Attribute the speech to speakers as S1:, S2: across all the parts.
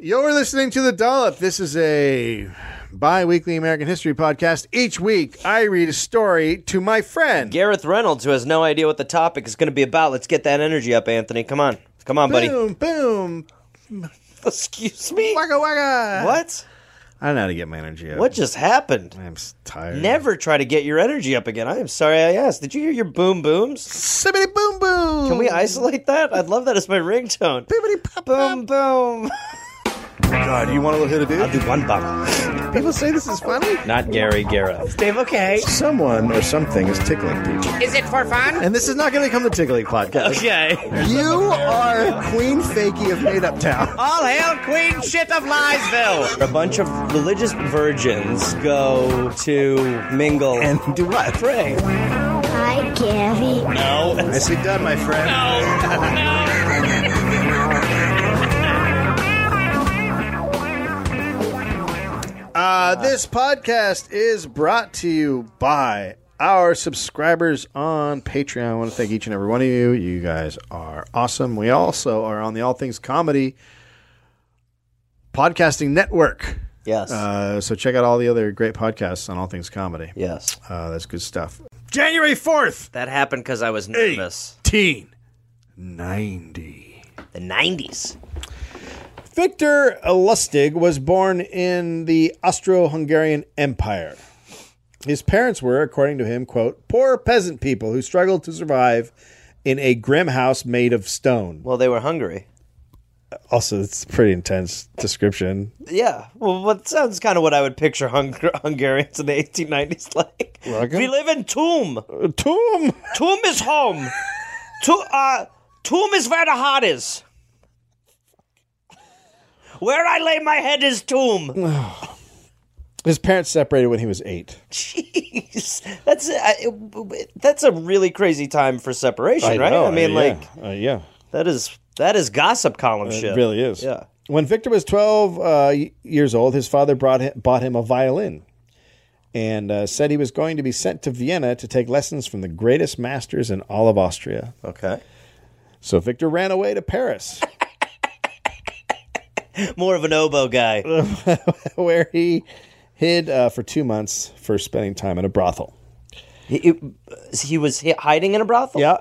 S1: You're listening to The Dollop. This is a bi weekly American history podcast. Each week, I read a story to my friend.
S2: Gareth Reynolds, who has no idea what the topic is going to be about. Let's get that energy up, Anthony. Come on. Come on, buddy.
S1: Boom, boom,
S2: Excuse me?
S1: waka waka.
S2: What?
S1: I don't know how to get my energy up.
S2: What just happened?
S1: I'm s- tired.
S2: Never try to get your energy up again. I am sorry I asked. Did you hear your boom booms?
S1: Sibbity boom boom.
S2: Can we Oh isolate that? I'd love that as my ringtone.
S1: Bibbity pop
S2: Boom boom.
S1: God, you want to look who to do?
S2: Do one bump.
S1: People say this is funny.
S2: Not Gary Gareth.
S3: Dave, okay.
S1: Someone or something is tickling people.
S3: Is it for fun?
S1: And this is not going to become the tickling podcast.
S3: Okay.
S1: You are Queen Fakey of Made Up Town.
S3: All hail Queen Shit of Liesville.
S2: A bunch of religious virgins go to mingle
S1: And do what?
S2: pray.
S4: Hi, Gary.
S1: Nicely done, my friend. Uh, this podcast is brought to you by our subscribers on Patreon. I want to thank each and every one of you. You guys are awesome. We also are on the All Things Comedy Podcasting Network.
S2: Yes.
S1: Uh, so check out all the other great podcasts on All Things Comedy.
S2: yes.
S1: Uh, that's good stuff. January 4th,
S2: That happened because I was nervous.
S1: 1890.
S2: The 90s.
S1: Victor Lustig was born in the Austro-Hungarian Empire. His parents were, according to him, quote, poor peasant people who struggled to survive in a grim house made of stone.
S2: Well, they were hungry.
S1: Also, it's a pretty intense description.
S2: Yeah, well, what sounds kind of what I would picture Hung- Hungarians in the 1890s like.
S1: Welcome.
S2: We live in tomb.
S1: A tomb!
S2: Tomb is home. to- uh, tomb is where the heart is. Where I lay my head is tomb.
S1: His parents separated when he was eight.
S2: Jeez, that's a, I- that's a really crazy time for separation, right? I mean, like
S1: uh, yeah.
S2: that is that is gossip column shit.
S1: It really is.
S2: Yeah.
S1: When Victor was 12 uh, y- years old, his father brought him, bought him a violin and uh, said he was going to be sent to Vienna to take lessons from the greatest masters in all of Austria.
S2: Okay.
S1: So Victor ran away to Paris,
S2: More of an oboe guy.
S1: where he hid uh, for two months for spending time in a brothel.
S2: he, he was hi- hiding in a brothel.
S1: Yeah.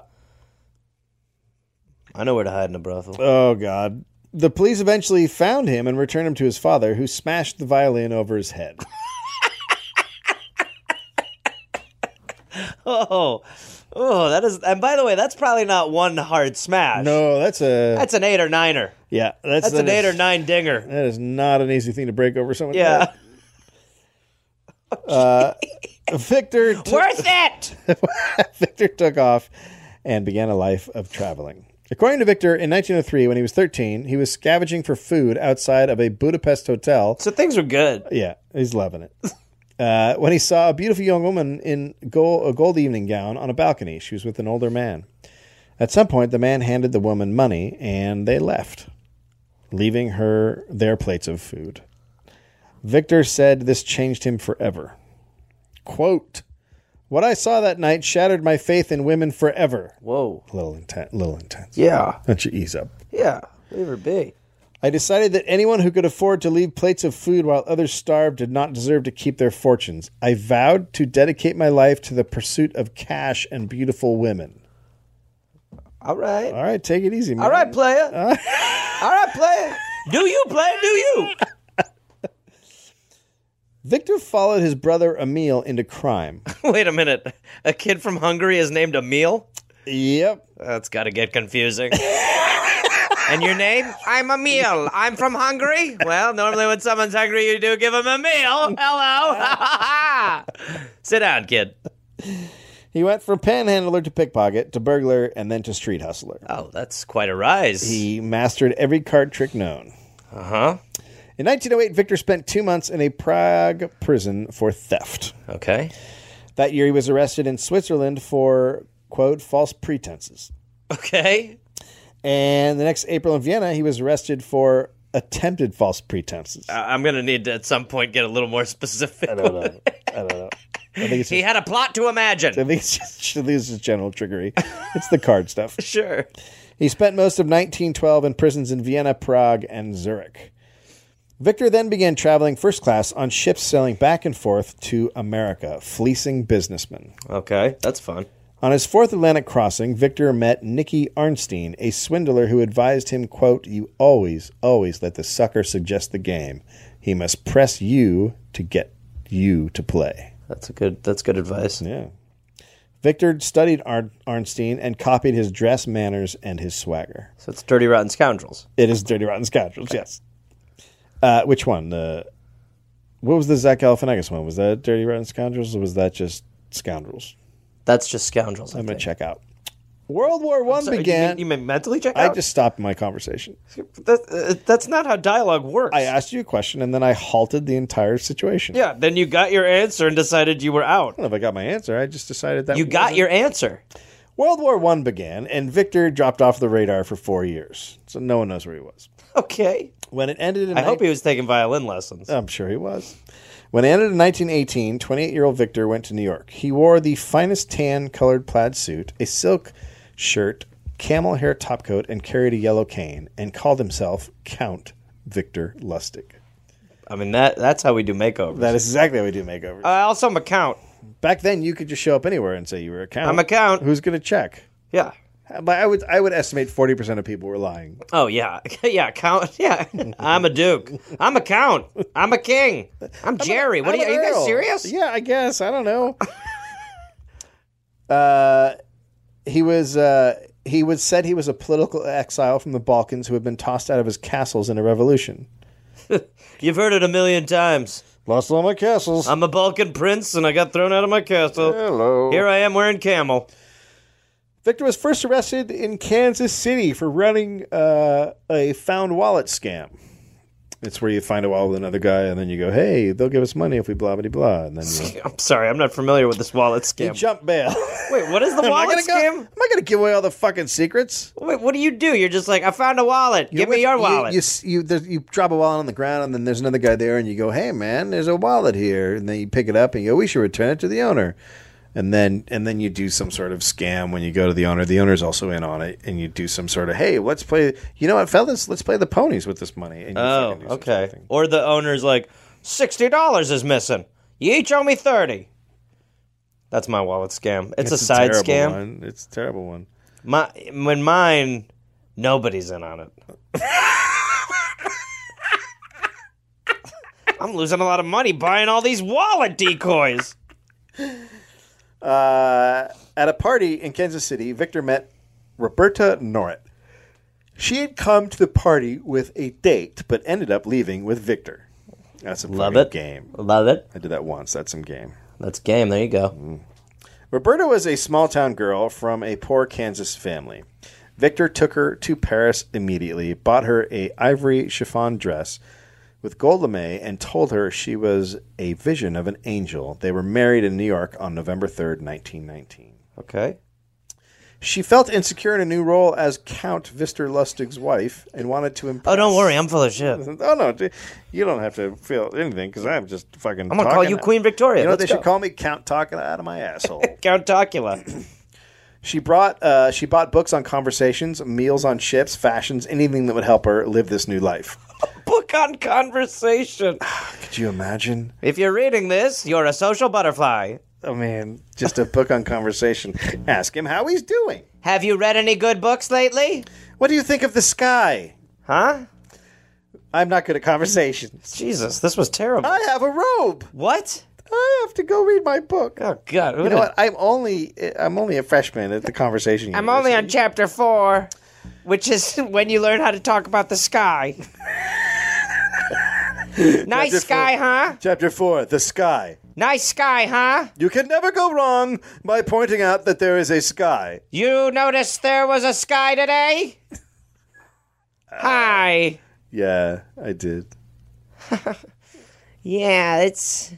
S2: I know where to hide in a brothel.
S1: Oh, God. The police eventually found him and returned him to his father, who smashed the violin over his head.
S2: Oh, oh, that is. And by the way, that's probably not one hard smash.
S1: No, that's a
S2: that's an eight or niner.
S1: yeah, that's,
S2: That's
S1: that
S2: an eight
S1: is-
S2: or nine dinger.
S1: That is not an easy thing to break over someone.
S2: Yeah,
S1: Victor took-
S2: worth it.
S1: Victor took off and began a life of traveling. According to Victor, in 1903, when he was 13, he was scavenging for food outside of a Budapest hotel.
S2: So things were good.
S1: Yeah, he's loving it. Uh, when he saw a beautiful young woman in gold, a gold evening gown on a balcony, she was with an older man. At some point, the man handed the woman money and they left, leaving her their plates of food. Victor said this changed him forever. Quote, What I saw that night shattered my faith in women forever.
S2: Whoa.
S1: A little intense. little intense.
S2: Yeah,
S1: Why don't you ease up?
S2: yeah. Leave her be.
S1: I decided that anyone who could afford to leave plates of food while others starved did not deserve to keep their fortunes. I vowed to dedicate my life to the pursuit of cash and beautiful women.
S2: All right.
S1: All right, take it easy, man.
S2: All right, player. All right, player. Do you play? Do you?
S1: Victor followed his brother Emil into crime.
S2: Wait a minute. A kid from Hungary is named Emil.
S1: yep.
S2: That's got to get confusing. and your name? I'm a meal. I'm from Hungary. Well, normally when someone's hungry, you do give them a meal. Hello. Sit down, kid.
S1: He went from panhandler to pickpocket to burglar and then to street hustler.
S2: Oh, that's quite a rise.
S1: He mastered every card trick known.
S2: Uh huh.
S1: In 1908, Victor spent two months in a Prague prison for theft.
S2: Okay.
S1: That year, he was arrested in Switzerland for, quote, false pretenses.
S2: Okay.
S1: And the next April in Vienna, he was arrested for attempted false pretenses. I
S2: I- I'm going to need to at some point get a little more specific.
S1: don't know. I don't know. I think it's
S2: He
S1: just,
S2: had a plot to
S1: I
S2: imagine.
S1: think it's just, I think it's just general trickery. It's the card stuff.
S2: Sure.
S1: He spent most of 1912 in prisons in Vienna, Prague, and Zurich. Victor then began traveling first class on ships sailing back and forth to America, fleecing businessmen.
S2: Okay, that's fun.
S1: On his fourth Atlantic crossing, Victor met Nicky Arnstein, a swindler who advised him, quote, You always, always let the sucker suggest the game. He must press you to get you to play.
S2: That's a good. That's good advice.
S1: Yeah. Victor studied Ar- Arnstein and copied his dress, manners, and his swagger.
S2: So it's dirty, rotten scoundrels.
S1: It is Dirty Rotten Scoundrels, yes. Uh, which one? The what was the Zach Galifianakis one? Was that Dirty Rotten Scoundrels, or was that just Scoundrels?
S2: That's just scoundrels.
S1: I'm gonna check out. World War One began.
S2: You, may mentally check
S1: I
S2: out.
S1: just stopped my conversation.
S2: That- uh, that's not how dialogue works.
S1: I asked you a question, and then I halted the entire situation.
S2: yeah. Then you got your answer and decided you were out.
S1: I don't know if I got my answer. I just decided that
S2: You got
S1: wasn't-
S2: your answer.
S1: World War One began, and Victor dropped off the radar for four years, so no one knows where he was
S2: Okay.
S1: when it ended. In
S2: I hope he was taking violin lessons.
S1: I'm sure he was. When it ended in 1918, 28 year old Victor went to New York. He wore the finest tan colored plaid suit, a silk shirt, camel hair topcoat, and carried a yellow cane, and called himself Count Victor Lustig.
S2: I mean that. That's how we do makeovers.
S1: That is exactly how we do makeovers.
S2: uh, I also am a count.
S1: Back then, you could just show up anywhere and say you were a count.
S2: I'm a count.
S1: Who's going to check?
S2: Yeah.
S1: But I would, I would estimate 40% of people were lying.
S2: Oh yeah, yeah, count. Yeah, I'm a duke. I'm a count. I'm a king. I'm Jerry. what
S1: I'm
S2: are you? Are
S1: an
S2: you
S1: earl.
S2: guys serious?
S1: Yeah, I guess. I don't know. uh, he was uh, he was said he was a political exile from the Balkans who had been tossed out of his castles in a revolution.
S2: You've heard it a million times.
S1: Lost all my castles.
S2: I'm a Balkan prince, and I got thrown out of my castle. Hello. Here I am wearing camel.
S1: Victor was first arrested in Kansas City for running uh, a found wallet scam. It's where you find a wallet with another guy, and then you go, "Hey, they'll give us money if we blah blah blah," and then you,
S2: I'm sorry, I'm not familiar with this wallet
S1: you
S2: scam.
S1: jump bail.
S2: Wait, what is the
S1: I'm not gonna
S2: wallet
S1: go-
S2: scam?
S1: I'm not going to give away all the fucking secrets.
S2: Wait, what do you do? You're just like, I found a wallet. Give
S1: You're
S2: me your
S1: with- you-
S2: wallet.
S1: You s- you, there's- you drop a wallet on the ground, and then there's another guy there, and you go, "Hey, man, there's a wallet here," and then you pick it up and you go, "We should return it to the owner," and then and then you do some sort of scam when you go to the owner. The owner's also in on it, and you do some sort of, "Hey, let's play." You know what, fellas? Let's play the ponies with this money. And you
S2: oh,
S1: fucking do some sort
S2: okay.
S1: of thing.
S2: Or the owner's like, sixty dollars is missing. You each owe me thirty. That's my wallet scam. It's, a side
S1: terrible
S2: scam.
S1: One. It's a terrible one.
S2: My when mine, nobody's in on it. I'm losing a lot of money buying all these wallet decoys.
S1: Uh, at a party in Kansas City, Victor met Roberta Norrit. She had come to the party with a date, but ended up leaving with Victor. That's a
S2: Love
S1: fucking
S2: it.
S1: game.
S2: Love it.
S1: I did that once. That's some game.
S2: That's game. There you go.
S1: Roberta was a small town girl from a poor Kansas family. Victor took her to Paris immediately, bought her a ivory chiffon dress with gold lame, and told her she was a vision of an angel. They were married in New York on November 3rd, 1919.
S2: Okay.
S1: She felt insecure in a new role as Count Vister Lustig's wife and wanted to impress.
S2: Oh, don't worry. I'm full of shit. I'm
S1: Oh no, d- you don't have to feel anything because I'm just fucking. I'm
S2: gonna call you Queen Victoria.
S1: You know
S2: Let's
S1: they
S2: go.
S1: should call me Count talking out of my asshole.
S2: Count Tocula.
S1: she brought, uh, she bought books on conversations, meals on ships, fashions, anything that would help her live this new life.
S2: Book on conversation.
S1: Could you imagine?
S2: If you're reading this, you're a social butterfly.
S1: I mean, just a book on conversation. Ask him how he's doing.
S2: Have you read any good books lately?
S1: What do you think of the sky?
S2: Huh?
S1: I'm not good at conversations.
S2: Jesus, this was terrible.
S1: I have a robe.
S2: What?
S1: I have to go read my book.
S2: Oh God.
S1: You know what? I'm only I'm only a freshman at the conversation.
S2: I'm only on
S1: University.
S2: chapter four, which is when you learn how to talk about the sky. nice
S1: Chapter
S2: sky,
S1: four.
S2: huh?
S1: chapter four, the sky.
S2: Nice sky, huh?
S1: You can never go wrong by pointing out that there is a sky.
S2: You noticed there was a sky today? Uh, Hi.
S1: Yeah, I did.
S2: Yeah, it's.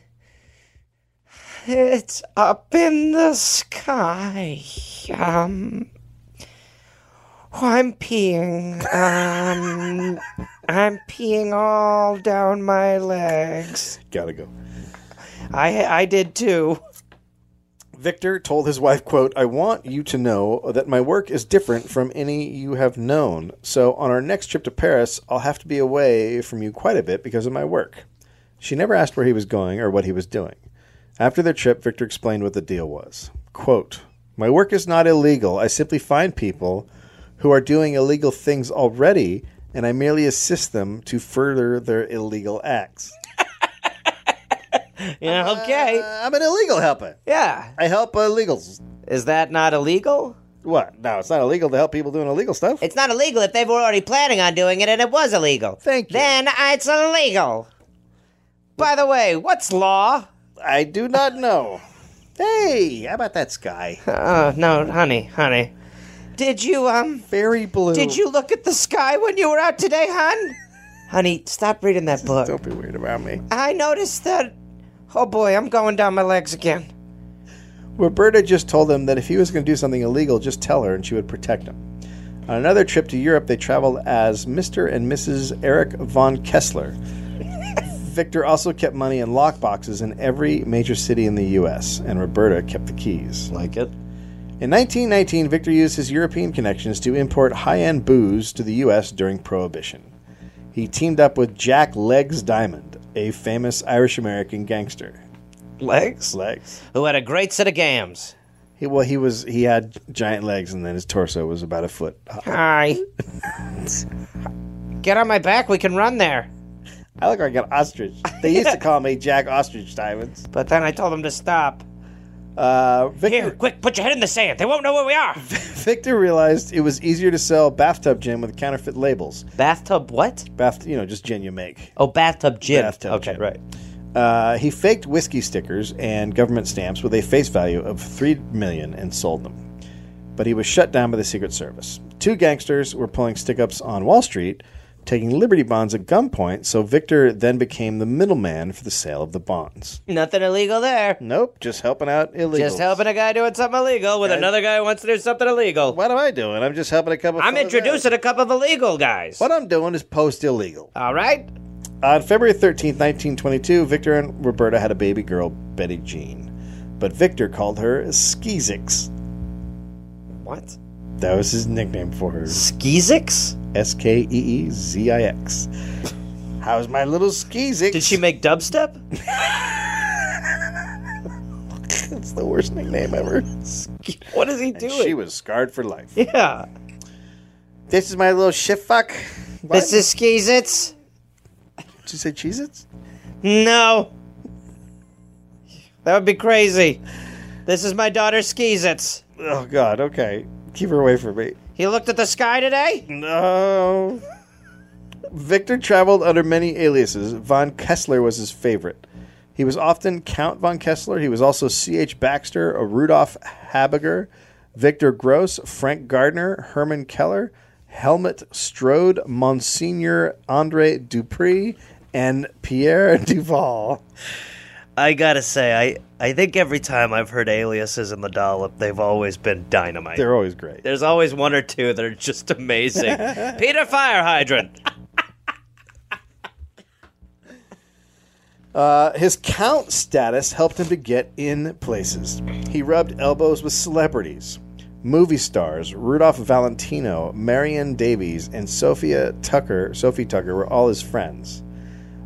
S2: It's up in the sky. Um. oh, I'm peeing. Um. I'm peeing all down my legs.
S1: Gotta go.
S2: I I did too.
S1: Victor told his wife, quote, I want you to know that my work is different from any you have known. So on our next trip to Paris, I'll have to be away from you quite a bit because of my work. She never asked where he was going or what he was doing. After their trip, Victor explained what the deal was. Quote, My work is not illegal. I simply find people who are doing illegal things already, and I merely assist them to further their illegal acts.
S2: Yeah, okay.
S1: Uh, I'm an illegal helper.
S2: Yeah.
S1: I help uh, illegals.
S2: Is that not illegal?
S1: What? No, it's not illegal to help people doing illegal stuff.
S2: It's not illegal if they were already planning on doing it and it was illegal.
S1: Thank you.
S2: Then uh, it's illegal. By the way, what's law?
S1: I do not know. hey, how about that sky?
S2: Uh, no, honey, honey. Did you, um,
S1: Very blue.
S2: did you look at the sky when you were out today, hon? honey, stop reading that book.
S1: Don't be weird about me.
S2: I noticed that. Oh boy, I'm going down my legs again.
S1: Roberta just told him that if he was going to do something illegal, just tell her and she would protect him. On another trip to Europe, they traveled as Mr. and Mrs. Eric von Kessler. Victor also kept money in lockboxes in every major city in the U.S., and Roberta kept the keys.
S2: Like it?
S1: In 1919, Victor used his European connections to import high end booze to the U.S. during Prohibition. He teamed up with Jack Legs Diamond, a famous Irish American gangster.
S2: Legs?
S1: Legs?
S2: Who had a great set of gams.
S1: He, well, he was he had giant legs, and then his torso was about a foot.
S2: Hi. Get on my back, we can run there.
S1: I look like an ostrich. They used to call me Jack Ostrich Diamonds.
S2: But then I told them to stop.
S1: Uh, Victor,
S2: Here, quick, put your head in the sand. They won't know where we are.
S1: Victor realized it was easier to sell bathtub gin with counterfeit labels.
S2: bathtub what?
S1: Bath, you know, just gin you make.
S2: Oh, bathtub gin.
S1: Bathtub
S2: okay,
S1: gin.
S2: right.
S1: Uh, he faked whiskey stickers and government stamps with a face value of three million and sold them. But he was shut down by the Secret Service. Two gangsters were pulling stick-ups on Wall Street, taking liberty bonds at gunpoint. So Victor then became the middleman for the sale of the bonds.
S2: Nothing illegal there.
S1: Nope, just helping out illegals.
S2: Just helping a guy doing something illegal with another guy who wants to do something illegal.
S1: What am I doing? I'm just helping a couple.
S2: I'm
S1: fellas out.
S2: introducing a couple of illegal guys.
S1: What I'm doing is post illegal.
S2: All right.
S1: On February 13th, 1922, Victor and Roberta had a baby girl, Betty Jean. But Victor called her Skeezix.
S2: What?
S1: That was his nickname for her.
S2: Skeezix?
S1: S K E E Z I X. How's my little Skeezix?
S2: Did she make dubstep?
S1: It's the worst nickname ever.
S2: What is he
S1: And
S2: doing?
S1: she was scarred for life.
S2: yeah.
S1: This is my little shit fuck. What?
S2: This is Skeezits?
S1: Did you say Cheez Its?
S2: No. That would be crazy. This is my daughter Skeezits.
S1: Oh, God, okay. Keep her away from me.
S2: He looked at the sky today?
S1: No. Victor traveled under many aliases. Von Kessler was his favorite. He was often Count von Kessler. He was also C.H. Baxter, a Rudolf Habiger, Victor Gross, Frank Gardner, Herman Keller, Helmut Strode, Monsignor Andre Dupree, and Pierre Duval.
S5: I gotta say, I I think every time I've heard aliases in the dollop, they've always been dynamite.
S1: They're always great.
S5: There's always one or two that are just amazing. Peter Fire Hydrant.
S1: Uh, his count status helped him to get in places. He rubbed elbows with celebrities, movie stars. Rudolph Valentino, Marion Davies, and Sophia Tucker. Sophie Tucker were all his friends.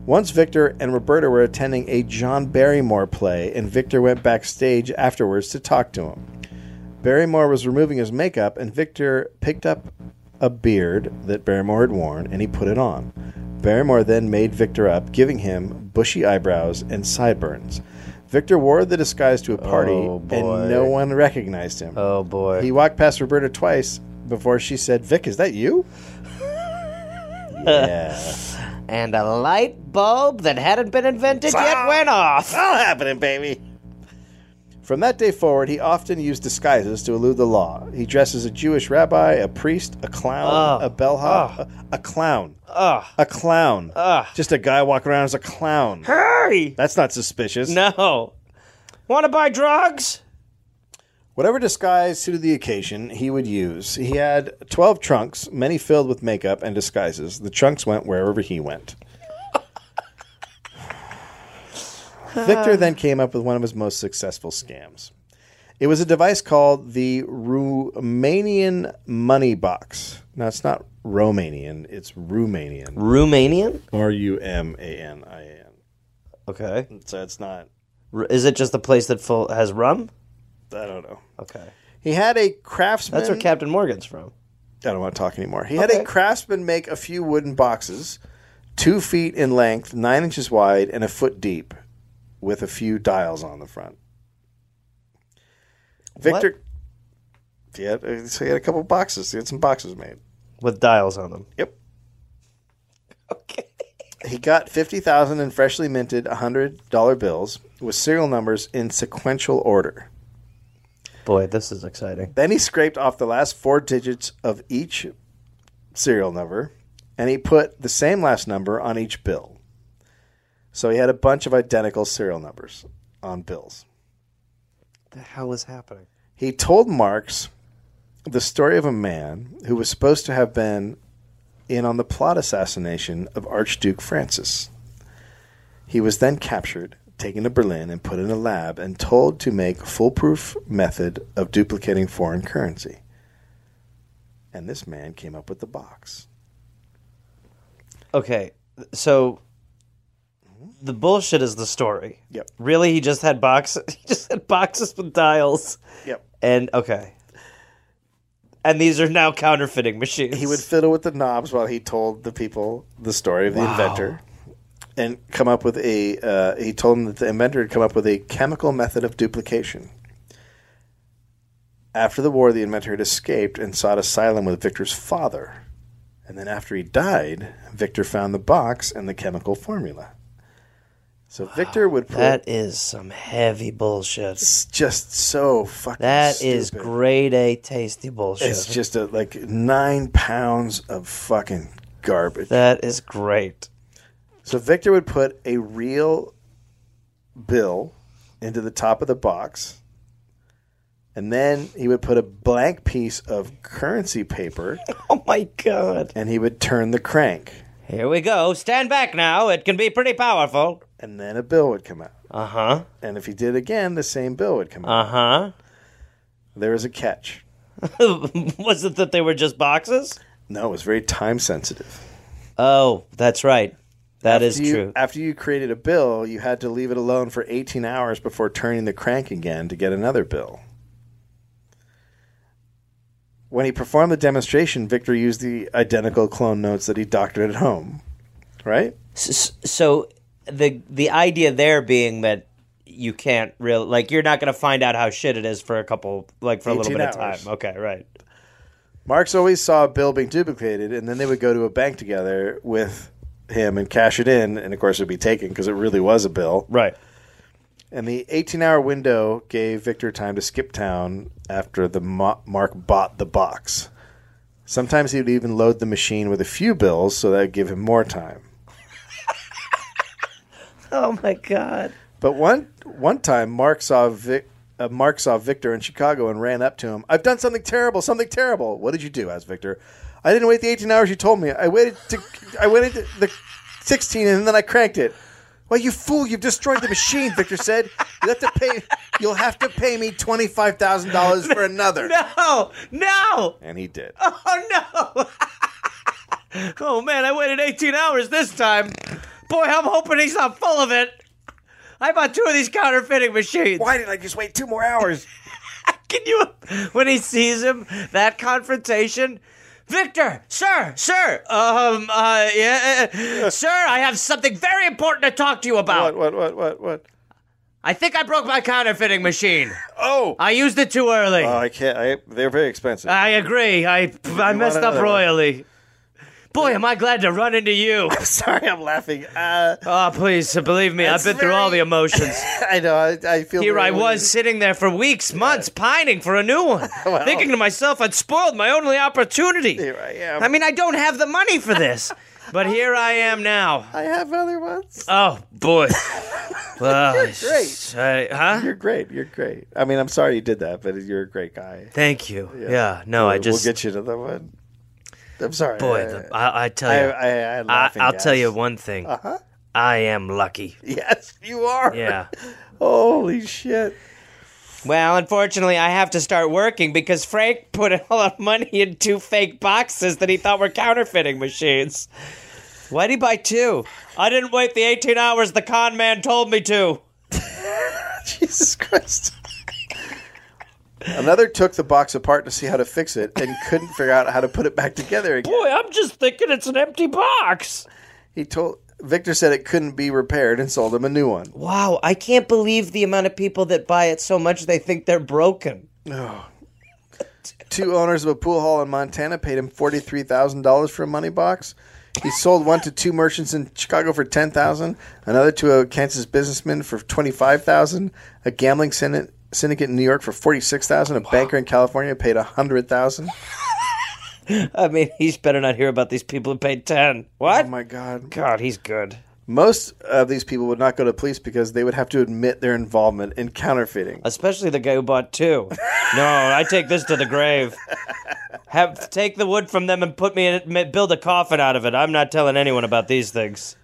S1: Once Victor and Roberta were attending a John Barrymore play, and Victor went backstage afterwards to talk to him. Barrymore was removing his makeup, and Victor picked up a beard that Barrymore had worn and he put it on. Barrymore then made Victor up, giving him bushy eyebrows and sideburns. Victor wore the disguise to a party, and no one recognized him.
S2: Oh boy.
S1: He walked past Roberta twice before she said, Vic, is that you? yeah.
S2: and a light bulb that hadn't been invented yet went off.
S1: All happening, baby. From that day forward, he often used disguises to elude the law. He dressed as a Jewish rabbi, a priest, a clown, a bellhop, a, a clown, a clown. Just a guy walking around as a clown.
S2: Hurry!
S1: That's not suspicious.
S2: No. Want to buy drugs?
S1: Whatever disguise suited the occasion, he would use. He had 12 trunks, many filled with makeup and disguises. The trunks went wherever he went. Victor then came up with one of his most successful scams. It was a device called the Romanian money box. Now it's not Romanian; it's Romanian.
S5: Romanian?
S1: R U M A N I A N.
S5: Okay.
S1: So it's not.
S5: R- is it just the place that full has rum?
S1: I don't know.
S5: Okay. Hmm.
S1: He had a craftsman.
S5: That's where Captain Morgan's from.
S1: I don't want to talk anymore. He had
S5: Okay.
S1: a craftsman make a few wooden boxes, two feet in length, nine inches wide, and a foot deep, with a few dials on the front. Victor, yeah, uh, so he had a couple boxes. He had some boxes made.
S5: With dials on them.
S1: Yep,
S5: Okay.
S1: he got fifty thousand in freshly minted hundred dollar bills with serial numbers in sequential order.
S5: Boy, this is exciting.
S1: Then he scraped off the last four digits of each serial number and he put the same last number on each bill. So he had a bunch of identical serial numbers on bills.
S5: the hell is happening?
S1: He told Marx the story of a man who was supposed to have been in on the plot assassination of Archduke Francis. He was then captured, taken to Berlin, and put in a lab and told to make foolproof method of duplicating foreign currency. And this man came up with the box.
S5: Okay, so the bullshit is the story.
S1: Yep.
S5: Really, he just had boxes. He just had boxes with dials,
S1: Yep.
S5: and okay, and these are now counterfeiting machines.
S1: He would fiddle with the knobs while he told the people the story of the inventor, and come up with a. Uh, he told them that the inventor had come up with a chemical method of duplication. After the war, the inventor had escaped and sought asylum with Victor's father, and then after he died, Victor found the box and the chemical formula. So Victor would put
S5: That is some heavy bullshit.
S1: it's just so fucking.
S5: That is
S1: stupid.
S5: grade A tasty bullshit.
S1: It's just a, like nine pounds of fucking garbage.
S5: that is great.
S1: So Victor would put a real bill into the top of the box, and then he would put a blank piece of currency paper,
S5: Oh my god.
S1: and he would turn the crank,
S2: Here we go. Stand back now. It can be pretty powerful.
S1: and then a bill would come out.
S5: Uh huh.
S1: And if he did again, the same bill would come out.
S5: Uh
S1: There was a catch.
S5: huh. was it that they were just boxes?
S1: No, it was very time sensitive.
S5: Oh, that's right. That is
S1: After you-
S5: true.
S1: After you created a bill, you had to leave it alone for 18 hours before turning the crank again to get another bill. When he performed the demonstration, Victor used the identical clone notes that he doctored at home. Right?
S5: S-
S2: So the the idea there being that you can't real like you're not gonna find out how shit it is for a couple like for a little
S1: 18
S2: bit of
S1: hours.
S2: time. Okay, right.
S1: Marx always saw a bill being duplicated, and then they would go to a bank together with him and cash it in, and of course it would be taken because it really was a bill.
S2: Right.
S1: And the 18 hour window gave Victor time to skip town after the mo- Mark bought the box. Sometimes he would even load the machine with a few bills so that would give him more time.
S5: Oh my god.
S1: But one one time, Mark saw Vic, uh, Mark saw Victor in Chicago and ran up to him. I've done something terrible, something terrible. What did you do? asked Victor. I didn't wait the 18 hours you told me. I waited to I waited to the 16 and then I cranked it. Well, you fool! You've destroyed the machine. Victor said. You have to pay. You'll have to pay me twenty five thousand dollars for another.
S2: Oh no!
S1: And he did.
S2: Oh no! oh man, I waited 18 hours this time. Boy, I'm hoping he's not full of it. I bought two of these counterfeiting machines.
S1: Why did I just wait two more hours?
S2: Can you? When he sees him, that confrontation. Victor, sir, sir, um, uh, yeah, uh, sir, I have something very important to talk to you about.
S1: What? What? What? What? What?
S2: I think I broke my counterfeiting machine.
S1: Oh! Uh,
S2: I used it too early.
S1: oh, I can't. I, they're very expensive.
S2: I agree. I I messed up
S1: another one?
S2: royally. Boy, am I glad to run into you.
S1: Sorry, I'm laughing. Uh,
S2: Oh, please, believe me, I've
S1: That's
S2: been through all the
S1: very-
S2: emotions.
S1: I know. I, I feel
S2: Here
S1: very
S2: I was sitting there for weeks, months, pining for a new one,
S1: Well.
S2: thinking to myself I'd spoiled my only opportunity.
S1: weird. Here I am.
S2: I mean, I don't have the money for this, but here I am now.
S1: I have other ones.
S2: Oh boy! Well,
S1: great.
S2: I- huh?
S1: You're great. You're great. I mean, I'm sorry you did that, but you're a great guy.
S2: Thank you. Yeah. no, I just
S1: we'll get you another one. I'm sorry.
S2: boy.
S1: I,
S2: the, I, I tell
S1: I,
S2: you,
S1: I, I, am
S2: I,
S1: laughing,
S2: I'll
S1: guys.
S2: tell you one thing.
S1: Uh-huh.
S2: I am lucky.
S1: Yes, you are.
S2: Yeah.
S1: Holy shit.
S2: Well, unfortunately, I have to start working because Frank put a lot of money in two fake boxes that he thought were counterfeiting machines. Why'd he buy two? I didn't wait the 18 hours the con man told me to.
S1: Jesus Christ. Another took the box apart to see how to fix it and couldn't figure out how to put it back together again.
S2: Boy, I'm just thinking it's an empty box.
S1: He told Victor said it couldn't be repaired and sold him a new one.
S2: Wow, I can't believe the amount of people that buy it so much they think they're broken.
S1: Two owners of a pool hall in Montana paid him forty three thousand dollars for a money box. He sold one to two merchants in Chicago for ten thousand, another to a Kansas businessman for twenty five thousand, a gambling syndicate syndicate in New York for forty six thousand, a banker in California paid a hundred thousand.
S2: I mean, he's better not hear about these people who paid 10. What?
S1: Oh my god.
S2: God, he's good.
S1: Most of these people would not go to police because they would have to admit their involvement in counterfeiting.
S2: Especially the guy who bought two. No, I take this to the grave. Have take the wood from them and put me in it, ma- build a coffin out of it. I'm not telling anyone about these things.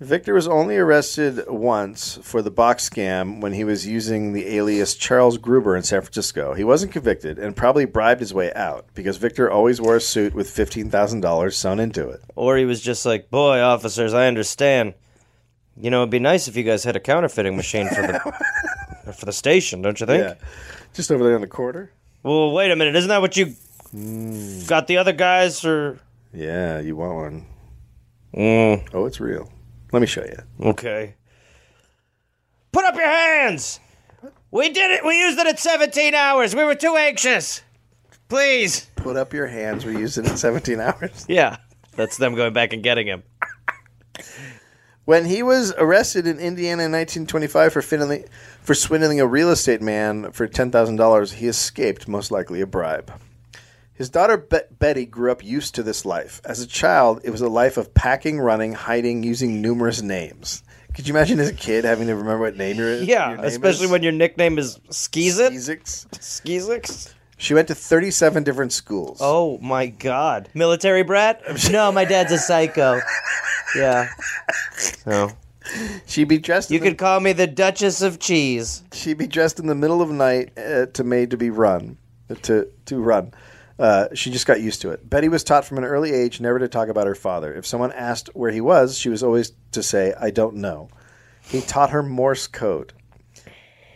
S1: Victor was only arrested once for the box scam when he was using the alias Charles Gruber in San Francisco. He wasn't convicted and probably bribed his way out because Victor always wore a suit with $15,000 sewn into it.
S2: Or he was just like, "Boy, officers, I understand. You know, it'd be nice if you guys had a counterfeiting machine for the for the station, don't you think?"
S1: Yeah. Just over there on the corner.
S2: Well, wait a minute. Isn't that what you got the other guys or
S1: Yeah, you want one.
S2: Mm,
S1: Oh, it's real. Let me show you.
S2: okay. Put up your hands. We did it. We used it at 17 hours. We were too anxious. Please.
S1: Put up your hands. We used it in 17 hours.
S2: Yeah. That's them going back and getting him.
S1: When he was arrested in Indiana in 1925 for, finally, for swindling a real estate man for $10,000, he escaped, most likely a bribe. His daughter Be- Betty grew up used to this life. As a child, it was a life of packing, running, hiding, using numerous names. Could you imagine as a kid having to remember what name you're
S2: Yeah,
S1: your name
S2: especially
S1: is?
S2: when your nickname is Skeezit.
S1: Skeezix.
S2: Skeezix?
S1: She went to 37 different schools.
S2: Oh my god. Military brat? No, my dad's a psycho. Yeah. No.
S1: She'd be dressed.
S2: You
S1: in the-
S2: could call me the Duchess of Cheese.
S1: she'd be dressed in the middle of night uh, to made to be run to to run uh, she just got used to it betty was taught from an early age never to talk about her father if someone asked where he was she was always to say i don't know he taught her morse code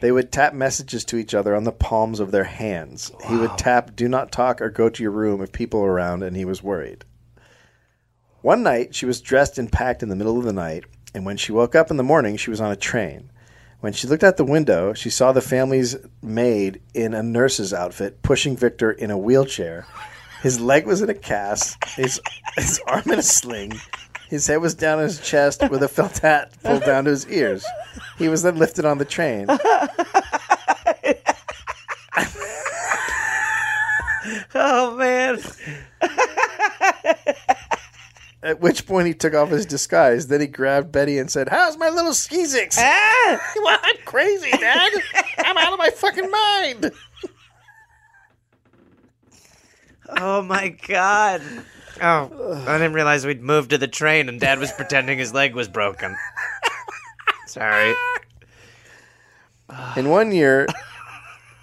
S1: they would tap messages to each other on the palms of their hands he would tap do not talk or go to your room if people were around and he was worried one night she was dressed and packed in the middle of the night and when she woke up in the morning she was on a train when she looked out the window, she saw the family's maid in a nurse's outfit pushing Victor in a wheelchair. His leg was in a cast, his, his arm in a sling. His head was down on his chest with a felt hat pulled down to his ears. He was then lifted on the train.
S2: Oh man.
S1: At which point he took off his disguise. Then he grabbed Betty and said, How's my little skeezix?
S2: Ah!
S1: Well, I'm crazy, Dad. I'm out of my fucking mind.
S2: Oh my god. Oh, I didn't realize we'd moved to the train and dad was pretending his leg was broken. Sorry.
S1: In one year,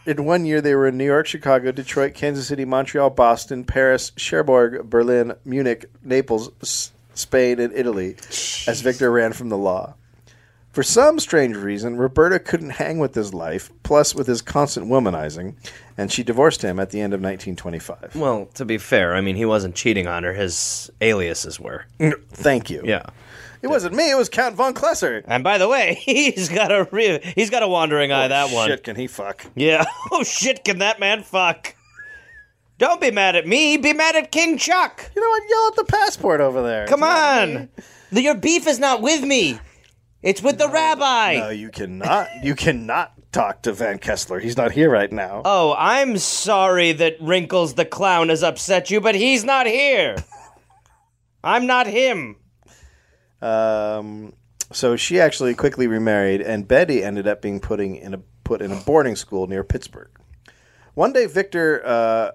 S1: in one year, they were in New York, Chicago, Detroit, Kansas City, Montreal, Boston, Paris, Cherbourg, Berlin, Munich, Naples, S- Spain, and Italy, as Victor ran from the law. For some strange reason, Roberta couldn't hang with his life, plus with his constant womanizing, and she divorced him at the end of 1925.
S2: Well, to be fair, I mean he wasn't cheating on her. His aliases were.
S1: Thank you.
S2: Yeah.
S1: It wasn't me, it was Count Von Klesser.
S2: And by the way, he's got a real, he's got a wandering eye that one.
S1: Shit, can he fuck?
S2: Yeah. Oh shit, can that man fuck? Don't be mad at me, be mad at King Chuck.
S1: You know what? Yell at the passport over there.
S2: Come on. The- Your beef is not with me. It's with the rabbi.
S1: No, Uh, you cannot. You cannot talk to Van Kessler. He's not here right now.
S2: Oh, I'm sorry that Wrinkles the clown has upset you, but he's not here. I'm not him.
S1: Um, so she actually quickly remarried, and Betty ended up being putting in a put in a boarding school near Pittsburgh. One day, Victor. Uh,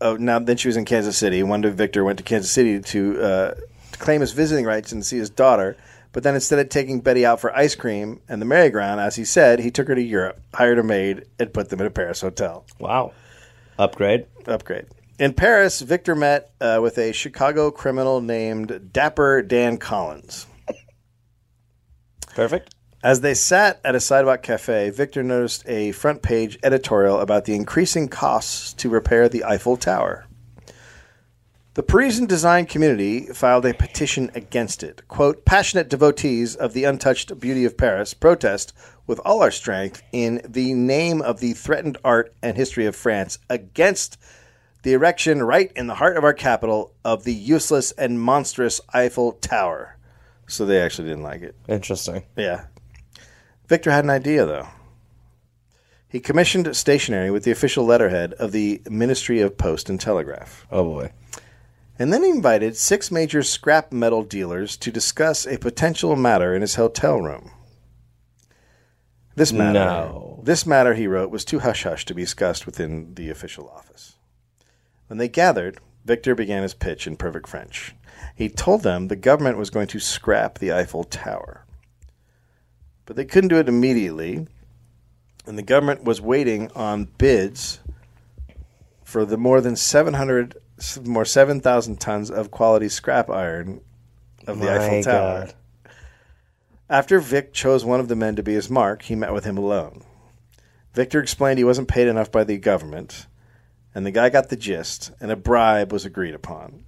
S1: oh, now then she was in Kansas City. One day, Victor went to Kansas City to, uh, to claim his visiting rights and see his daughter. But then instead of taking Betty out for ice cream and the merry-go-round, as he said, he took her to Europe, hired a maid, and put them in a Paris hotel.
S2: Wow. Upgrade.
S1: Upgrade. In Paris, Victor met uh, with a Chicago criminal named Dapper Dan Collins.
S2: Perfect.
S1: As they sat at a sidewalk cafe, Victor noticed a front page editorial about the increasing costs to repair the Eiffel Tower. The Parisian design community filed a petition against it. Quote, passionate devotees of the untouched beauty of Paris protest with all our strength in the name of the threatened art and history of France against the erection right in the heart of our capital of the useless and monstrous Eiffel Tower. So they actually didn't like it.
S2: Interesting.
S1: Yeah. Victor had an idea, though. He commissioned stationery with the official letterhead of the Ministry of Post and Telegraph,
S2: Oh boy.
S1: and then he invited six major scrap metal dealers to discuss a potential matter in his hotel room. This matter,
S2: No.
S1: this matter, he wrote, was too hush hush to be discussed within the official office. When they gathered, Victor began his pitch in perfect French. He told them the government was going to scrap the Eiffel Tower but they couldn't do it immediately. And the government was waiting on bids for the more than 700, s- more 7,000 tons of quality scrap iron of the
S2: My
S1: Eiffel Tower.
S2: God.
S1: After Vic chose one of the men to be his mark, he met with him alone. Victor explained he wasn't paid enough by the government, and the guy got the gist, and a bribe was agreed upon.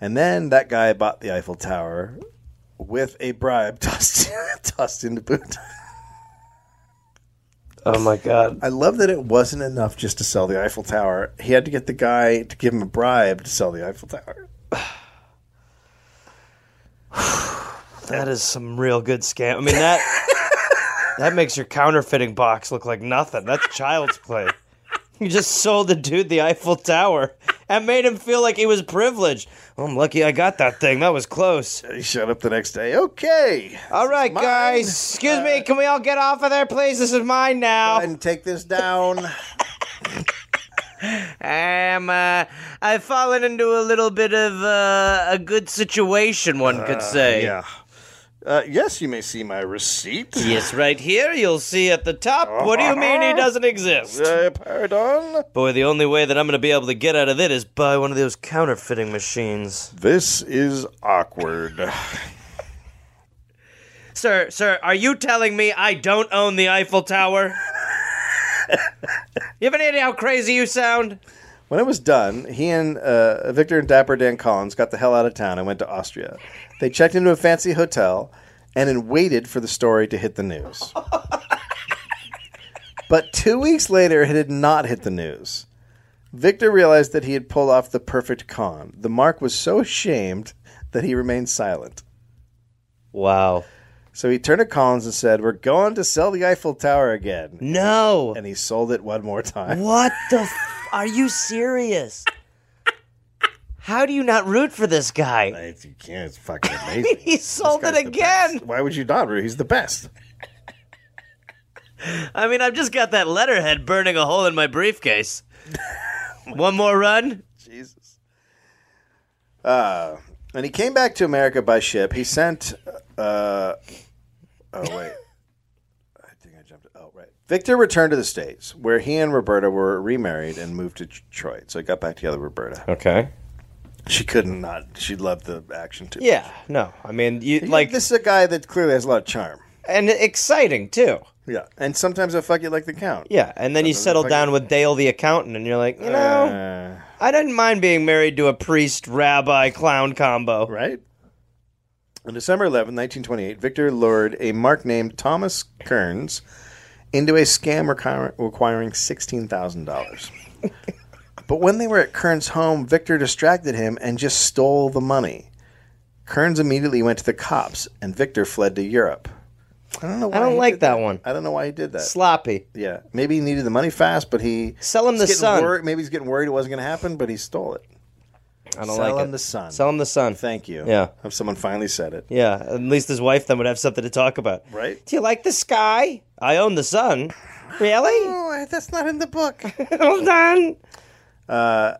S1: And then that guy bought the Eiffel Tower with a bribe tossed, tossed into boot.
S5: Oh my god.
S1: I love that it wasn't enough just to sell the Eiffel Tower. He had to get the guy to give him a bribe to sell the Eiffel Tower.
S5: That is some real good scam. I mean that that makes your counterfeiting box look like nothing. That's child's play. You just sold the dude the Eiffel Tower and made him feel like he was privileged. I'm lucky I got that thing. That was close.
S1: He showed up the next day. Okay,
S5: All right,
S1: mine.
S5: guys. Excuse me. Can we all get off of there, please? This is mine
S2: Oh.
S5: now.
S1: and take this down.
S5: I'm, uh, I've fallen into a little bit of uh, a good situation, one could say.
S1: yeah. Uh, yes, you may see my receipt.
S5: Yes, right here you'll see at the top. What do you mean he
S1: Uh-huh.
S5: doesn't exist?
S1: Uh, pardon?
S5: Boy, the only way that I'm going to be able to get out of it is buy one of those counterfeiting machines.
S1: This is awkward.
S5: Sir, sir, are you telling me I don't own the Eiffel Tower? you have any idea how crazy you sound?
S1: When it was done, he and uh, Victor and Dapper Dan Collins got the hell out of town and went to Austria. They checked into a fancy hotel and then waited for the story to hit the news. but two weeks later, it had not hit the news. Victor realized that he had pulled off the perfect con. The mark was so ashamed that he remained silent.
S5: Wow.
S1: So he turned to Collins and said, We're going to sell the Eiffel Tower again.
S5: No.
S1: And he sold it one more time.
S5: What the f- Are you serious? How do you not root for this guy?
S1: If you can, it's fucking amazing.
S5: He sold it
S1: guy's the
S5: again.
S1: Why would you not? He's the best.
S5: I mean, I've just got that letterhead burning a hole in my briefcase. One more run?
S1: Jesus. Uh, when he came back to America by ship, he sent. Uh, oh wait, I think I jumped. Oh right. Victor returned to the states, where he and Roberta were remarried and moved to Detroit. So he got back together with Roberta.
S2: Okay.
S1: She couldn't not. She loved the action too.
S2: Yeah. No. I mean, you like
S1: this is a guy that clearly has a lot of charm.
S2: and exciting too.
S1: Yeah, and sometimes I fuck you like the count.
S2: Yeah. And then you settle
S1: fucking-
S2: down with Dale the accountant, and you're like, you know,
S1: Uh,
S2: I didn't mind being married to a priest rabbi clown combo.
S1: right? On December 11, 1928, Victor lured a mark named Thomas Kearns into a scam requir- requiring $16,000. but when they were at Kearns' home, Victor distracted him and just stole the money. Kearns immediately went to the cops, and Victor fled to Europe. I don't know. Why
S2: I don't
S1: he
S2: like
S1: did
S2: that one.
S1: I don't know why he did that.
S2: Sloppy.
S1: yeah, maybe he needed the money fast, but he
S2: Sell him
S1: he's
S2: the
S1: getting
S2: sun.
S1: wor- maybe he's getting worried it wasn't going to happen, but he stole it.
S2: I don't
S1: Sell
S2: like
S1: him
S2: it.
S1: the sun.
S2: Sell him the sun.
S1: Thank you.
S2: Yeah.
S1: If someone finally said it.
S2: Yeah, at least his wife then would have something to talk about.
S1: Right.
S2: Do you like the sky? I own the sun. Really?
S1: Oh, that's not in the book.
S2: Hold on.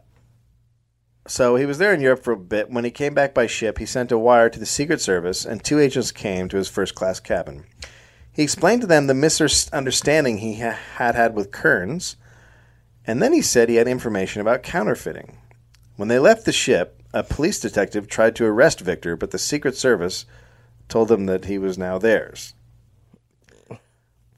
S1: So he was there in Europe for a bit. When he came back by ship, he sent a wire to the Secret Service, and two agents came to his first class cabin. He explained to them the misunderstanding he ha- had had with Kearns, and then he said he had information about counterfeiting. When they left the ship, a police detective tried to arrest Victor, but the Secret Service told them that he was now theirs.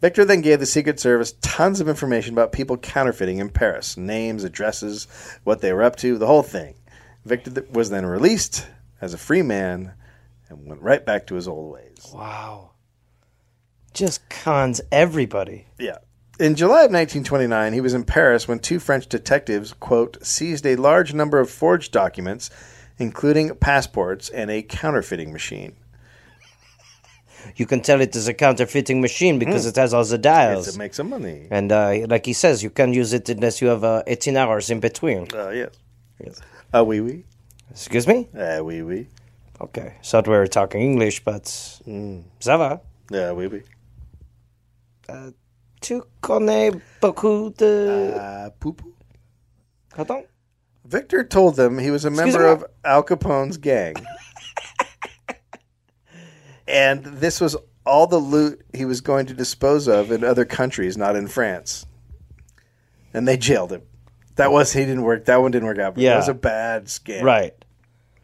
S1: Victor then gave the Secret Service tons of information about people counterfeiting in Paris names, addresses, what they were up to, the whole thing. Victor th- was then released as a free man and went right back to his old ways.
S2: Wow. Just cons everybody.
S1: Yeah. In July of 1929, he was in Paris when two French detectives, quote, seized a large number of forged documents, including passports and a counterfeiting machine.
S2: You can tell it is a counterfeiting machine because
S1: Hmm.
S2: it has all the dials.
S1: To make some money.
S2: and uh, like he says, you can't use it unless you have uh, 18 hours in between.
S1: Uh, yes. Uh, wee wee.
S2: Excuse me?
S1: Uh, wee wee.
S2: Okay. Thought we were talking English, but.
S1: Hmm.
S2: Ça va?
S1: Uh, wee wee.
S2: Tu connais beaucoup de.
S1: Uh, poo poo.
S2: Pardon?
S1: Victor told them he was a member
S2: me?
S1: of Al Capone's gang. and this was all the loot he was going to dispose of in other countries, not in France. And they jailed him. That was he didn't work. That one didn't work out. But
S2: Yeah.
S1: That was a bad scam.
S2: Right.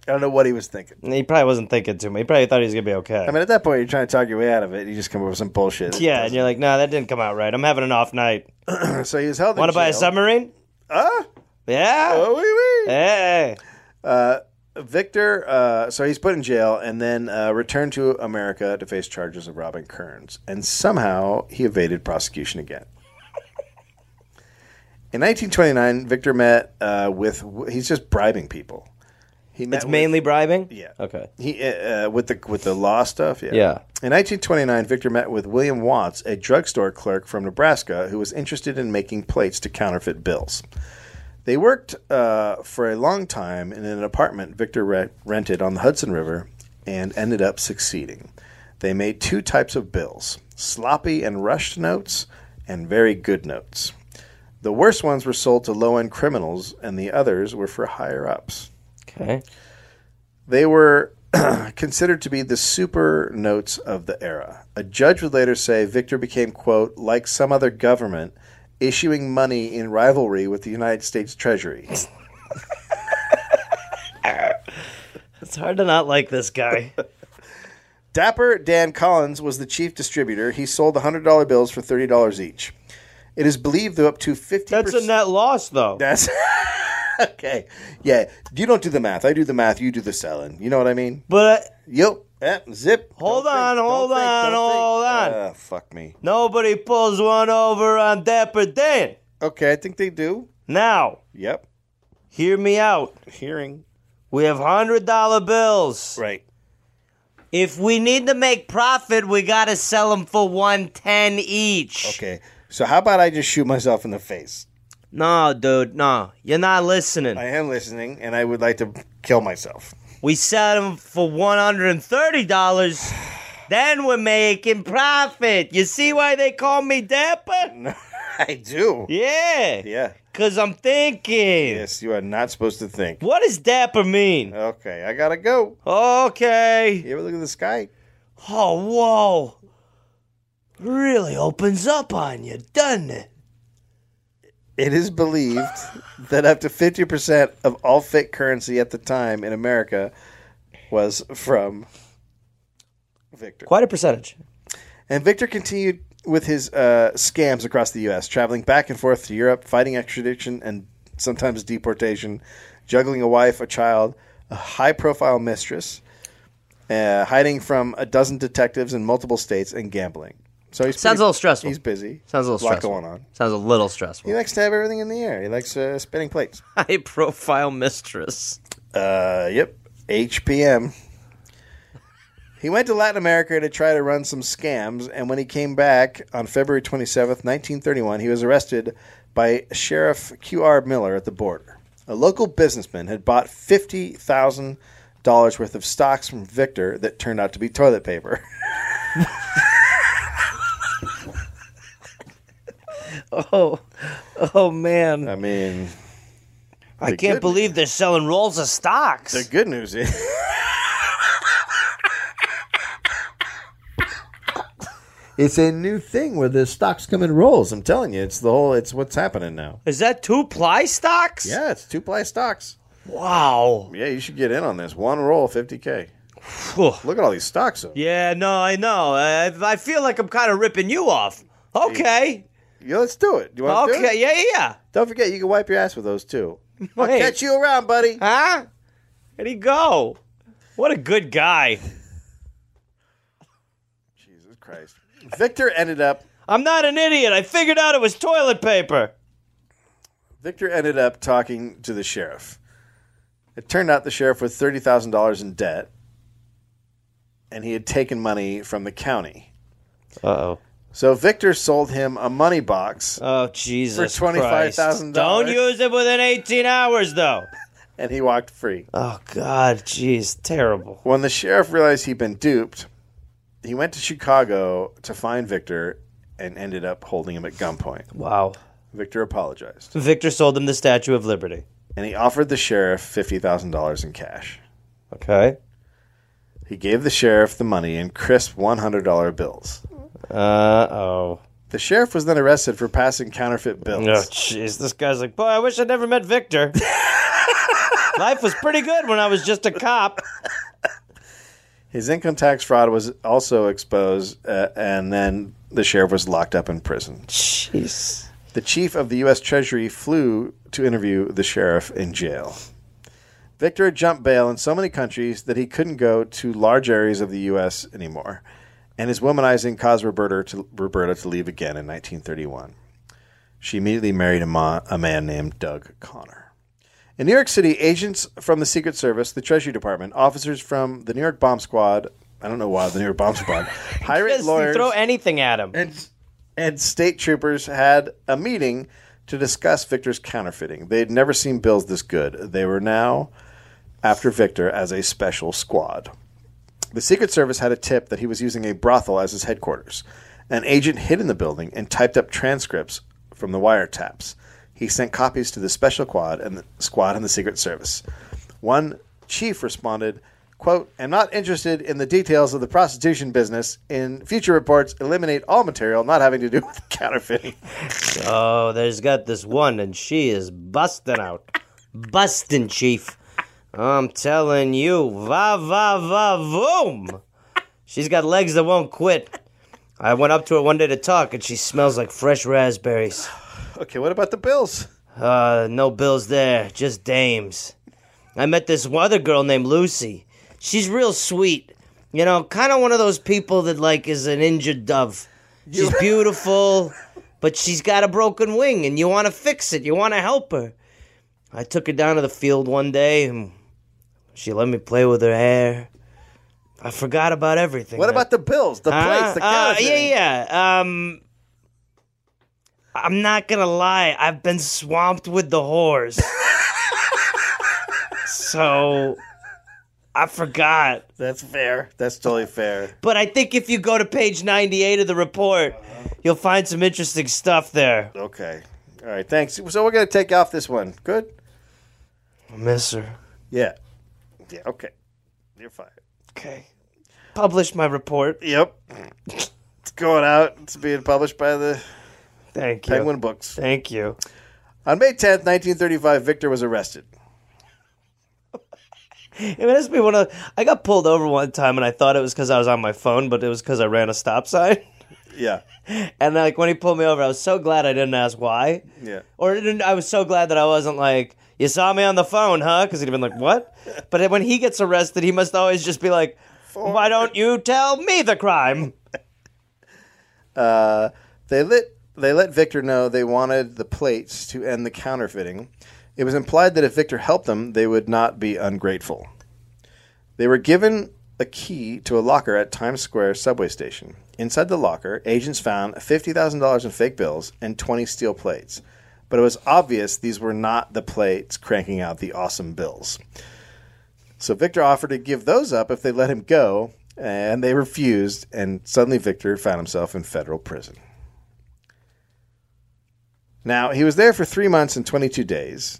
S1: I don't know what he was thinking.
S2: He probably wasn't thinking too much. He probably thought he was going to be okay.
S1: I mean, at that point, you're trying to talk your way out of it. And you just come up with some bullshit. that
S2: yeah, and you're like, nah, that didn't come out right. I'm having an off night.
S1: doesn't- So he was held.
S2: Want
S1: in
S2: to buy a
S1: jail.
S2: submarine?
S1: Ah,
S2: Uh? Yeah.
S1: oh, wee wee.
S2: Hey.
S1: Victor, uh, so he's put in jail and then uh, returned to America to face charges of robbing Kearns. And somehow he evaded prosecution again. In 1929, Victor met uh, with, he's just bribing people. He met
S2: It's
S1: with-
S2: mainly bribing?
S1: yeah.
S2: Okay.
S1: He uh, uh, with the with the law stuff. Yeah.
S2: Yeah.
S1: In 1929, Victor met with William Watts, a drugstore clerk from Nebraska, who was interested in making plates to counterfeit bills. They worked uh, for a long time in an apartment Victor re- rented on the Hudson River, and ended up succeeding. They made two types of bills: sloppy and rushed notes, and very good notes. The worst ones were sold to low-end criminals, and the others were for higher ups
S2: Okay.
S1: they were considered to be the super notes of the era. A judge would later say Victor became, quote, like some other government, issuing money in rivalry with the United States Treasury.
S2: It's hard to not like this guy.
S1: Dapper Dan Collins was the chief distributor. He sold $100 bills for $30 each. It is believed that up to 50%.
S2: That's a net loss, though.
S1: That's- okay. Yeah. You don't do the math. I do the math. You do the selling. You know what I mean?
S2: But uh,
S1: Yep. Eh, zip.
S2: Hold
S1: Don't
S2: on,
S1: don't
S2: hold
S1: don't
S2: on, hold on.
S1: Ah, fuck me.
S2: nobody pulls one over on Dapper Dan.
S1: Okay, I think they do.
S2: Now,
S1: Yep.
S2: hear me out.
S1: Hearing.
S2: We have $100 bills.
S1: Right.
S2: If we need to make profit, we got to sell them for 110 each.
S1: Okay. So how about I just shoot myself in the face?
S2: No, dude, no. You're not listening.
S1: I am listening, and I would like to kill myself.
S2: We sell them for $130. Then we're making profit. You see why they call me Dapper?
S1: I do.
S2: Yeah.
S1: Yeah.
S2: Because I'm thinking.
S1: Yes, you are not supposed to think.
S2: What does Dapper mean?
S1: Okay, I gotta go.
S2: Okay.
S1: You ever look at the sky?
S2: Oh, whoa. Really opens up on you, doesn't it?
S1: It is believed that up to 50% of all fake currency at the time in America was from Victor.
S2: Quite a percentage.
S1: And Victor continued with his uh, scams across the U.S., traveling back and forth to Europe, fighting extradition and sometimes deportation, juggling a wife, a child, a high profile mistress, uh, hiding from a dozen detectives in multiple states, and gambling. So he's
S2: Sounds
S1: pretty-
S2: a little stressful.
S1: He's busy.
S2: Sounds a little
S1: lot
S2: stressful.
S1: going on.
S2: Sounds a little
S1: He
S2: stressful.
S1: likes to have everything in the air. He likes uh, spinning plates.
S2: High profile mistress.
S1: Uh, yep. HPM. He went to Latin America to try to run some scams, and when he came back on February 27th, 1931, he was arrested by Sheriff Q.R. Miller at the border. A local businessman had bought $50,000 worth of stocks from Victor that turned out to be toilet paper.
S2: Oh, oh man.
S1: I mean,
S2: I can't
S1: good.
S2: believe they're selling rolls of stocks.
S1: The good news is. It's a new thing where the stocks come in rolls. I'm telling you, it's the whole. It's what's happening now.
S2: Is that two ply stocks?
S1: Yeah, it's two ply stocks.
S2: Wow.
S1: Yeah, you should get in on this. One roll, fifty k.
S2: Phew.
S1: Look at all these stocks. Though.
S2: Yeah, no, I know. I, I feel like I'm kind of ripping you off. Okay.
S1: Yeah, let's do it. You want to do it?
S2: Okay. Yeah, yeah, yeah.
S1: Don't forget, you can wipe your ass with those too. I'll
S2: Wait.
S1: catch you around, buddy.
S2: Huh? Where'd he go? What a good guy.
S1: Jesus Christ. Victor ended up.
S2: I'm not an idiot. I figured out it was toilet paper.
S1: Victor ended up talking to the sheriff. It turned out the sheriff was thirty thousand dollars in debt, and he had taken money from the county.
S2: Uh oh.
S1: So Victor sold him a money box,
S2: Oh Jesus.
S1: For $25,000.
S2: Christ. Don't use it within 18 hours, though.
S1: and he walked free.
S2: Oh God, jeez, terrible.
S1: When the sheriff realized he'd been duped, he went to Chicago to find Victor and ended up holding him at gunpoint.
S2: Wow.
S1: Victor apologized.
S2: Victor sold him the Statue of Liberty.
S1: and he offered the sheriff $50,000 in cash.
S2: Okay.
S1: He gave the sheriff the money in crisp $100 bills.
S2: Uh oh.
S1: The sheriff was then arrested for passing counterfeit bills.
S2: Oh jeez, this guy's like, boy, I wish I never met Victor. Life was pretty good when I was just a cop.
S1: His income tax fraud was also exposed, uh, and then the sheriff was locked up in prison.
S2: Jeez.
S1: The chief of the U.S. Treasury flew to interview the sheriff in jail. Victor had jumped bail in so many countries that he couldn't go to large areas of the U.S. anymore, and his womanizing caused Roberta to, Roberta to leave again in 1931. She immediately married a, ma- a man named Doug Connor. In New York City, agents from the Secret Service, the Treasury Department, officers from the New York Bomb Squad, I don't know why the New York Bomb Squad, pirate
S2: Just
S1: lawyers,
S2: throw anything at him.
S1: and and state troopers had a meeting to discuss Victor's counterfeiting. They'd never seen bills this good. They were now after Victor as a special squad. The Secret Service had a tip that he was using a brothel as his headquarters. An agent hid in the building and typed up transcripts from the wiretaps. He sent copies to the special quad and the squad and the Secret Service. One chief responded, quote, I'm not interested in the details of the prostitution business. In future reports, eliminate all material not having to do with counterfeiting.
S2: Oh, there's got this one, and she is busting out. Busting, Chief. I'm telling you, va va va voom. She's got legs that won't quit. I went up to her one day to talk, and she smells like fresh raspberries.
S1: Okay, what about the bills?
S2: Uh, no bills there, just dames. I met this other girl named Lucy. She's real sweet. You know, kind of one of those people that, like, is an injured dove. She's beautiful, but she's got a broken wing, and you want to fix it. You want to help her. I took her down to the field one day, and she let me play with her hair. I forgot about everything.
S1: What
S2: that-
S1: about the bills? The
S2: uh,
S1: plates, the
S2: uh,
S1: counterfeiting?
S2: yeah, yeah. Um, I'm not gonna lie. I've been swamped with the whores, so I forgot.
S1: That's fair. That's totally fair.
S2: But I think if you go to page 98 of the report, you'll find some interesting stuff there.
S1: Okay. All right. Thanks. So we're gonna take off this one. Good.
S2: I miss her.
S1: Yeah. Yeah. Okay. You're fine.
S2: Okay. Publish my report.
S1: Yep. It's going out. It's being published by the
S2: Thank you.
S1: Penguin Books.
S2: Thank you.
S1: On May 10th, 1935, Victor was arrested.
S2: It must be one of. I got pulled over one time, and I thought it was because I was on my phone, but it was because I ran a stop sign.
S1: Yeah.
S2: And like when he pulled me over, I was so glad I didn't ask why.
S1: Yeah.
S2: Or I didn't, I was so glad that I wasn't like, you saw me on the phone, huh? Because he'd have been like, what? But when he gets arrested, he must always just be like, why don't you tell me the crime?
S1: They let they let Victor know they wanted the plates to end the counterfeiting. It was implied that if Victor helped them, they would not be ungrateful. They were given a key to a locker at Times Square subway station. Inside the locker, agents found $50,000 in fake bills and 20 steel plates. But it was obvious these were not the plates cranking out the awesome bills. So Victor offered to give those up if they let him go, and they refused, and suddenly Victor found himself in federal prison. Now, he was there for three months and 22 days,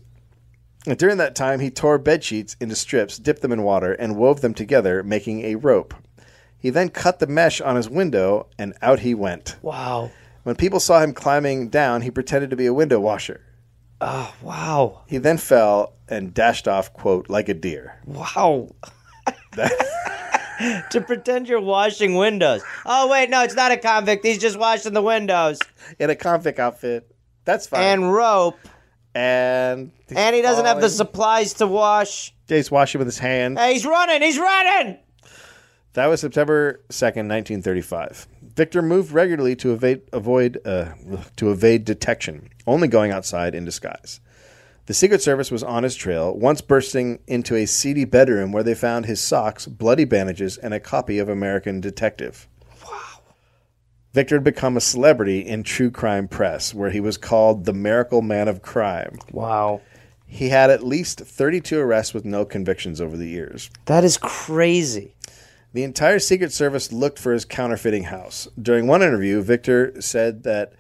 S1: And during that time, he tore bed sheets into strips, dipped them in water, and wove them together, making a rope. He then cut the mesh on his window, and out he went.
S2: Wow.
S1: When people saw him climbing down, he pretended to be a window washer.
S2: Ah, Wow.
S1: He then fell and dashed off, quote, like a deer.
S2: Wow. to pretend you're washing windows. Oh, wait, no, it's not a convict. He's just washing the windows.
S1: In a convict outfit. That's fine.
S2: And rope.
S1: and, he's
S2: And he doesn't have the
S1: falling.
S2: supplies to wash.
S1: Jay's washing with his hand.
S2: Hey, he's running. He's running.
S1: That was September 2nd, 1935. Victor moved regularly to evade, avoid, uh, to evade detection, only going outside in disguise. The Secret Service was on his trail, once bursting into a seedy bedroom where they found his socks, bloody bandages, and a copy of American Detective. Wow. Victor had become a celebrity in true crime press, where he was called the Miracle Man of Crime.
S2: Wow.
S1: He had at least 32 arrests with no convictions over the years.
S2: That is crazy.
S1: The entire Secret Service looked for his counterfeiting house. During one interview, Victor said that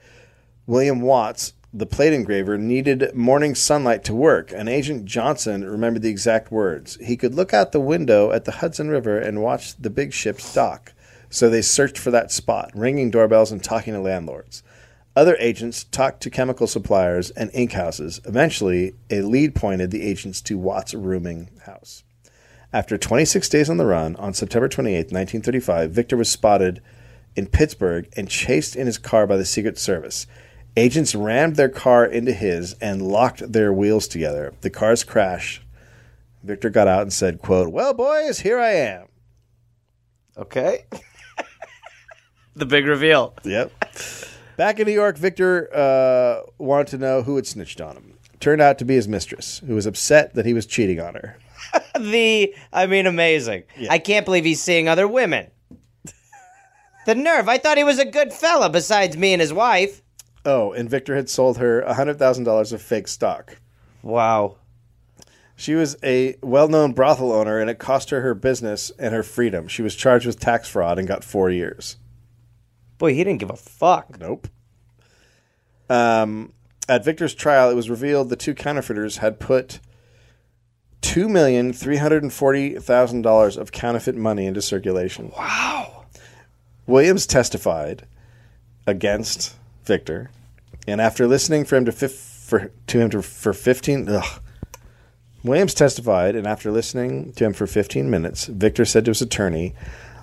S1: William Watts, the plate engraver, needed morning sunlight to work, and Agent Johnson remembered the exact words. He could look out the window at the Hudson River and watch the big ships dock. So they searched for that spot, ringing doorbells and talking to landlords. Other agents talked to chemical suppliers and ink houses. Eventually, a lead pointed the agents to Watts' rooming house. After 26 days on the run, on September 28, 1935, Victor was spotted in Pittsburgh and chased in his car by the Secret Service. Agents rammed their car into his and locked their wheels together. The cars crashed. Victor got out and said, quote, Well, boys, here I am.
S2: Okay.
S6: The big reveal.
S1: Yep. Back in New York, Victor uh, wanted to know who had snitched on him. Turned out to be his mistress, who was upset that he was cheating on her.
S2: The, I mean, amazing. I can't believe he's seeing other women. the nerve. I thought he was a good fella besides me and his wife.
S1: Oh, and Victor had sold her $100,000 of fake stock.
S2: Wow.
S1: She was a well known brothel owner, and it cost her her business and her freedom. She was charged with tax fraud and got four years.
S2: Boy, he didn't give a fuck.
S1: Nope. Um, at Victor's trial, it was revealed the two counterfeiters had put $2,340,000 of counterfeit money into circulation. Wow. Williams testified against Victor, and after listening for him to, fif- for, to him to, for 15 ugh. Williams testified, and after listening to him for 15 minutes, Victor said to his attorney,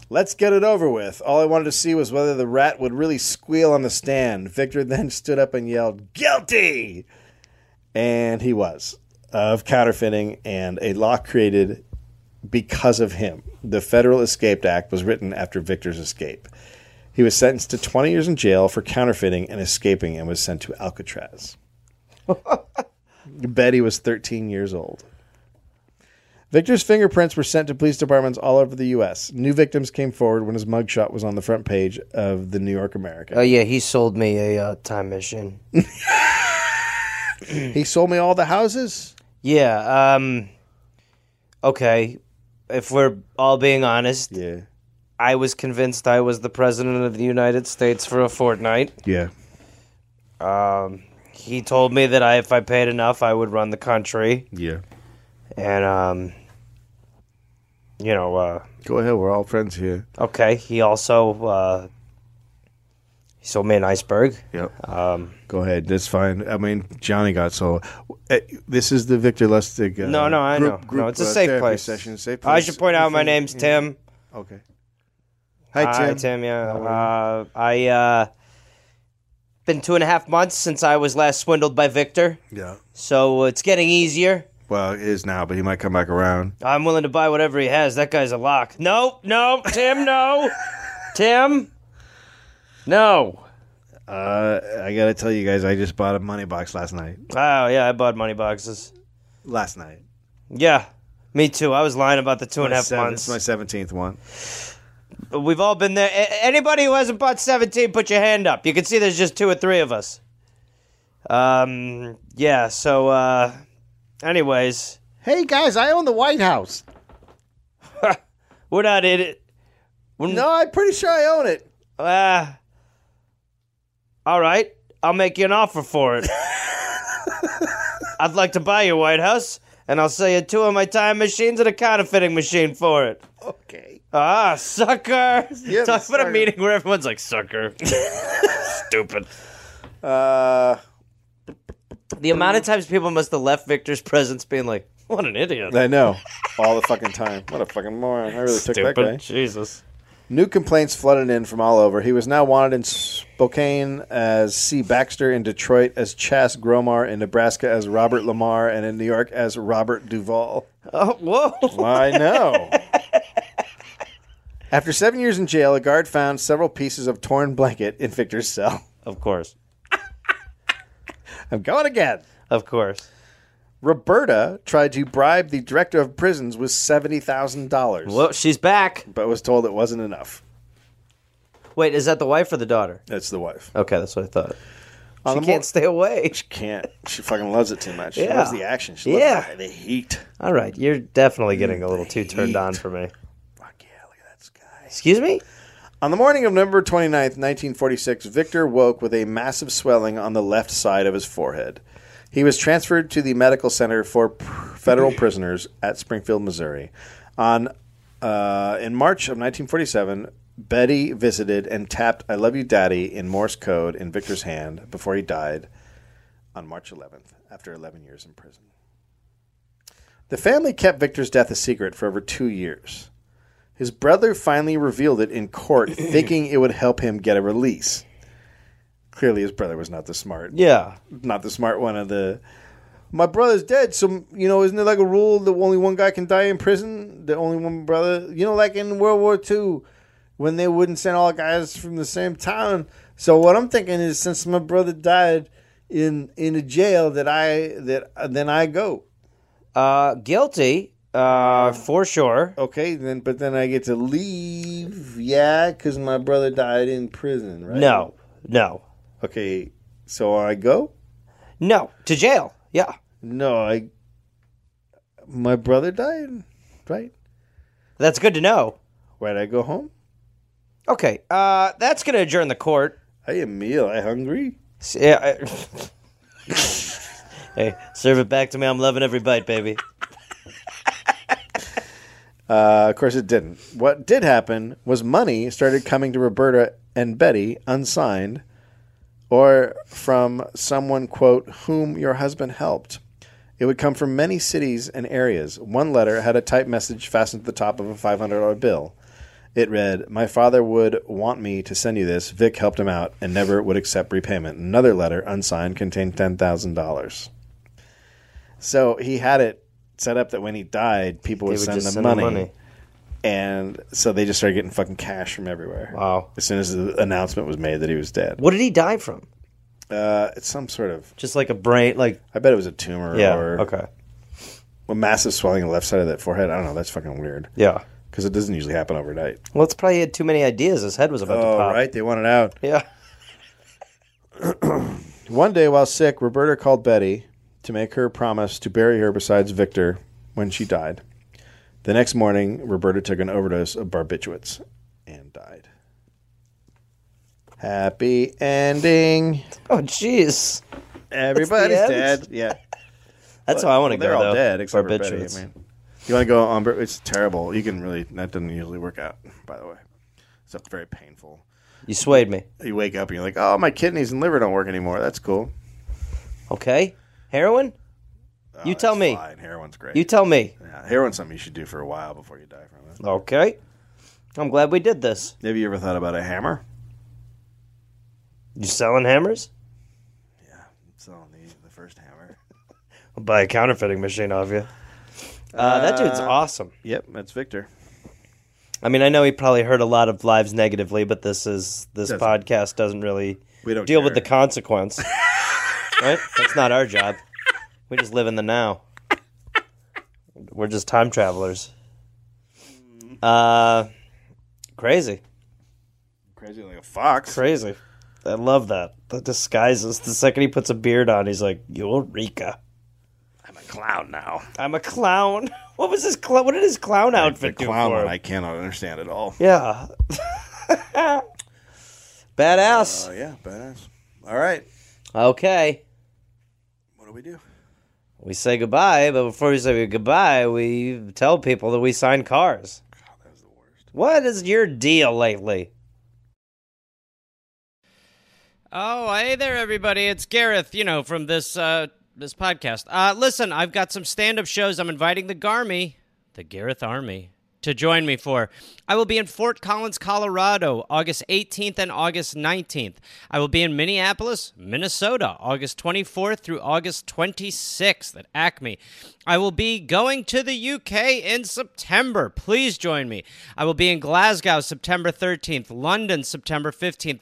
S1: Let's get it over with. All I wanted to see was whether the rat would really squeal on the stand. Victor then stood up and yelled, Guilty! And he was of counterfeiting, and a law created because of him. The Federal Escaped Act was written after Victor's escape. He was sentenced to 20 years in jail for counterfeiting and escaping and was sent to Alcatraz. Betty was 13 years old. Victor's fingerprints were sent to police departments all over the U.S. New victims came forward when his mugshot was on the front page of the New York American.
S2: Oh, yeah, he sold me a uh, time machine.
S1: He sold me all the houses.
S2: yeah, um, okay. If we're all being honest,
S1: Yeah.
S2: I was convinced I was the president of the United States for a fortnight. Um,
S1: Yeah.
S2: He told me that I, if I paid enough, I would run the country.
S1: Yeah.
S2: And, um, you know, uh,
S1: Go ahead. We're all friends here.
S2: okay, he also, uh, he sold me an iceberg.
S1: Yep.
S2: Uh,
S1: Um, Go ahead. That's fine. I mean, Johnny got sold. Uh, This is the Victor Lustig. Uh,
S2: No, no, I
S1: group-
S2: know.
S1: group,
S2: no, it's a
S1: uh,
S2: safe
S1: therapy
S2: place.
S1: Session. Safe
S2: I
S1: place.
S2: should point out my
S1: Everything-
S2: name's Tim.
S1: Okay. Hi, Tim.
S2: Hi, Tim. Yeah, uh, I uh, been two and a half months since I was last swindled by Victor,
S1: Yeah.
S2: so it's getting easier.
S1: Well, it is now, but he might come back around.
S2: I'm willing to buy whatever he has. That guy's a lock. No, no, Tim, no, Tim, no.
S1: Uh, I gotta tell you guys, I just bought a money box last night.
S2: Oh yeah, I bought money boxes.
S1: Last night.
S2: Yeah, me too. I was lying about the two and a half
S1: Seven- It's my
S2: months.
S1: seventeenth one.
S2: We've all been there. A- anybody who hasn't bought 17, put your hand up. You can see there's just two or three of us. Um, yeah, so, uh, anyways,
S1: Hey guys, I own the White House.
S2: we're not in
S1: No, I'm pretty sure I own it.
S2: Uh, all right, I'll make you an offer for it. I'd like to buy your White House. and I'll sell you two of my time machines and a counterfeiting machine for it.
S1: Okay.
S2: Ah, sucker!
S1: Yeah,
S2: Talk about
S1: sucker.
S2: a meeting where everyone's like, sucker. Stupid.
S1: Uh,
S2: The amount of times people must have left Victor's presence being like, what an idiot.
S1: I know. All the fucking time. What a fucking moron. I really took that guy.
S2: Stupid. Jesus.
S1: New complaints flooded in from all over. He was now wanted in Spokane as C. Baxter, in Detroit as Chas Gromar, in Nebraska as Robert Lamar, and in New York as Robert Duvall.
S2: Oh, whoa.
S1: I know. After seven years in jail, a guard found several pieces of torn blanket in Victor's cell.
S2: Of course.
S1: I'm going again.
S2: Of course.
S1: Roberta tried to bribe the director of prisons with seventy thousand dollars,
S2: Well, she's back.
S1: but was told it wasn't enough.
S2: Wait, is that the wife or the daughter?
S1: That's the wife.
S2: Okay, that's what I thought.
S1: On
S2: She
S1: the
S2: can't
S1: mor-
S2: stay away.
S1: She can't. She fucking loves it too much. She
S2: Yeah.
S1: loves the action. She loves
S2: Yeah.
S1: the heat.
S2: All right, you're definitely getting a little too turned on for me.
S1: Fuck yeah, look at that sky.
S2: Excuse me?
S1: On the morning of November 29th, 1946, Victor woke with a massive swelling on the left side of his forehead. He was transferred to the Medical Center for P- Federal Prisoners at Springfield, Missouri. On uh, In March of 1947, Betty visited and tapped I Love You Daddy in Morse code in Victor's hand before he died on March 11th after 11 years in prison. The family kept Victor's death a secret for over two years. His brother finally revealed it in court, thinking it would help him get a release. Clearly, his brother was not the smart,
S2: Yeah.
S1: not the smart one of the. My brother's dead, so you know, isn't it like a rule that only one guy can die in prison? The only one brother, you know, like in World War II, when they wouldn't send all guys from the same town. So what I'm thinking is, since my brother died in in a jail, that I that then I go.
S2: Uh, guilty, uh, for sure.
S1: Okay, then but then I get to leave, yeah, because my brother died in prison, right?
S2: No, no,
S1: Okay, so I go.
S2: no. To jail. Yeah.
S1: No, I. My brother died, right?
S2: That's good to know.
S1: Right, I go home.
S2: Okay, uh, that's going to adjourn the court.
S1: I eat a meal. I hungry.
S2: S- Yeah. I- hey, serve it back to me. I'm loving every bite, baby.
S1: Uh, of course, it didn't. What did happen was money started coming to Roberta and Betty unsigned, or from someone quote whom your husband helped. It would come from many cities and areas. One letter had a typed message fastened to the top of a five hundred dollar bill. It read, "My father would want me to send you this. Vic helped him out and never would accept repayment." Another letter, unsigned, contained ten thousand dollars. So he had it set up that when he died, people would,
S2: They would
S1: send,
S2: just
S1: them
S2: send him
S1: money
S2: money.
S1: and so they just started getting fucking cash from everywhere.
S2: Wow.
S1: As soon as the announcement was made that he was dead,
S2: What did he die from?
S1: uh, it's some sort of.
S2: Just like a brain, like
S1: I bet it was a tumor
S2: yeah.
S1: or
S2: Okay.
S1: a massive swelling on the left side of that forehead. I don't know. That's fucking weird
S2: Yeah.
S1: because it doesn't usually happen overnight.
S2: Well, it's probably he had too many ideas. His head was about to
S1: Oh,
S2: pop.
S1: right. They want it out.
S2: Yeah.
S1: One day while sick, Roberta called Betty to make her promise to bury her besides Victor when she died. The next morning, Roberta took an overdose of barbiturates and died. Happy ending.
S2: Oh, jeez.
S1: Everybody's
S2: end?
S1: dead. Yeah.
S2: That's how I want to
S1: Well, they're
S2: go.
S1: all
S2: though.
S1: dead except for Betty.
S2: Barbiturates.
S1: I mean, you want to go on? It's terrible. You can really that doesn't usually work out. By the way, it's very painful.
S2: You swayed me.
S1: You wake up and you're like, oh, my kidneys and liver don't work anymore. That's cool.
S2: Okay. Heroin.
S1: Oh,
S2: You tell
S1: that's
S2: me.
S1: Fine. Heroin's great.
S2: You tell me.
S1: yeah, heroin's something you should do for a while before you die from it.
S2: Okay. I'm glad we did this.
S1: Have you ever thought about a hammer?
S2: You selling hammers?
S1: Selling the, the first hammer.
S2: I'll buy a counterfeiting machine off you. Uh, that dude's awesome.
S1: Yep, that's Victor.
S2: I mean, I know he probably hurt a lot of lives negatively, but this is this
S1: Doesn't-
S2: podcast doesn't really
S1: We don't
S2: deal with the
S1: care.
S2: consequence, right? That's not our job. We just live in the now. We're just time travelers. Uh, crazy,
S1: Crazy like a fox.
S2: crazy. I love that. The disguises. The second he puts a beard on, he's like Eureka.
S1: I'm a clown now.
S2: I'm a clown. What was his clown? What did his clown
S1: The
S2: outfit do
S1: clown
S2: for
S1: one
S2: him?
S1: I cannot understand at all.
S2: Yeah. Badass.
S1: Oh yeah, badass. All right,
S2: Okay.
S1: what do we do?
S5: We say goodbye, but before we say goodbye, we tell people that we sign cars. What is your deal lately?
S2: Oh, hey there, everybody. It's Gareth, you know, from this uh, this podcast. Uh, listen, I've got some stand up shows I'm inviting the Garmy, the Gareth Army, to join me for. I will be in Fort Collins, Colorado, August 18th and August 19th. I will be in Minneapolis, Minnesota, August 24th through August 26th at Acme. I will be going to the UK in September. Please join me. I will be in Glasgow September 13th, London September 15th,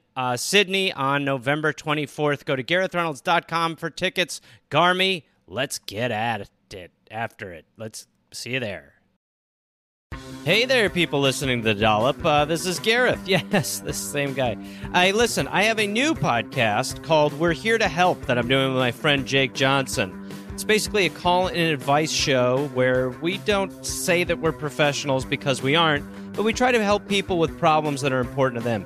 S2: uh, Sydney on November 24th. Go to GarethReynolds.com for tickets. Garmy, let's get at it after it. Let's see you there. Hey there, people listening to the Dollop. Uh, this is Gareth. Yes, this same guy. I listen. I have a new podcast called "We're Here to Help" that I'm doing with my friend Jake Johnson. It's basically a call and advice show where we don't say that we're professionals because we aren't, but we try to help people with problems that are important to them.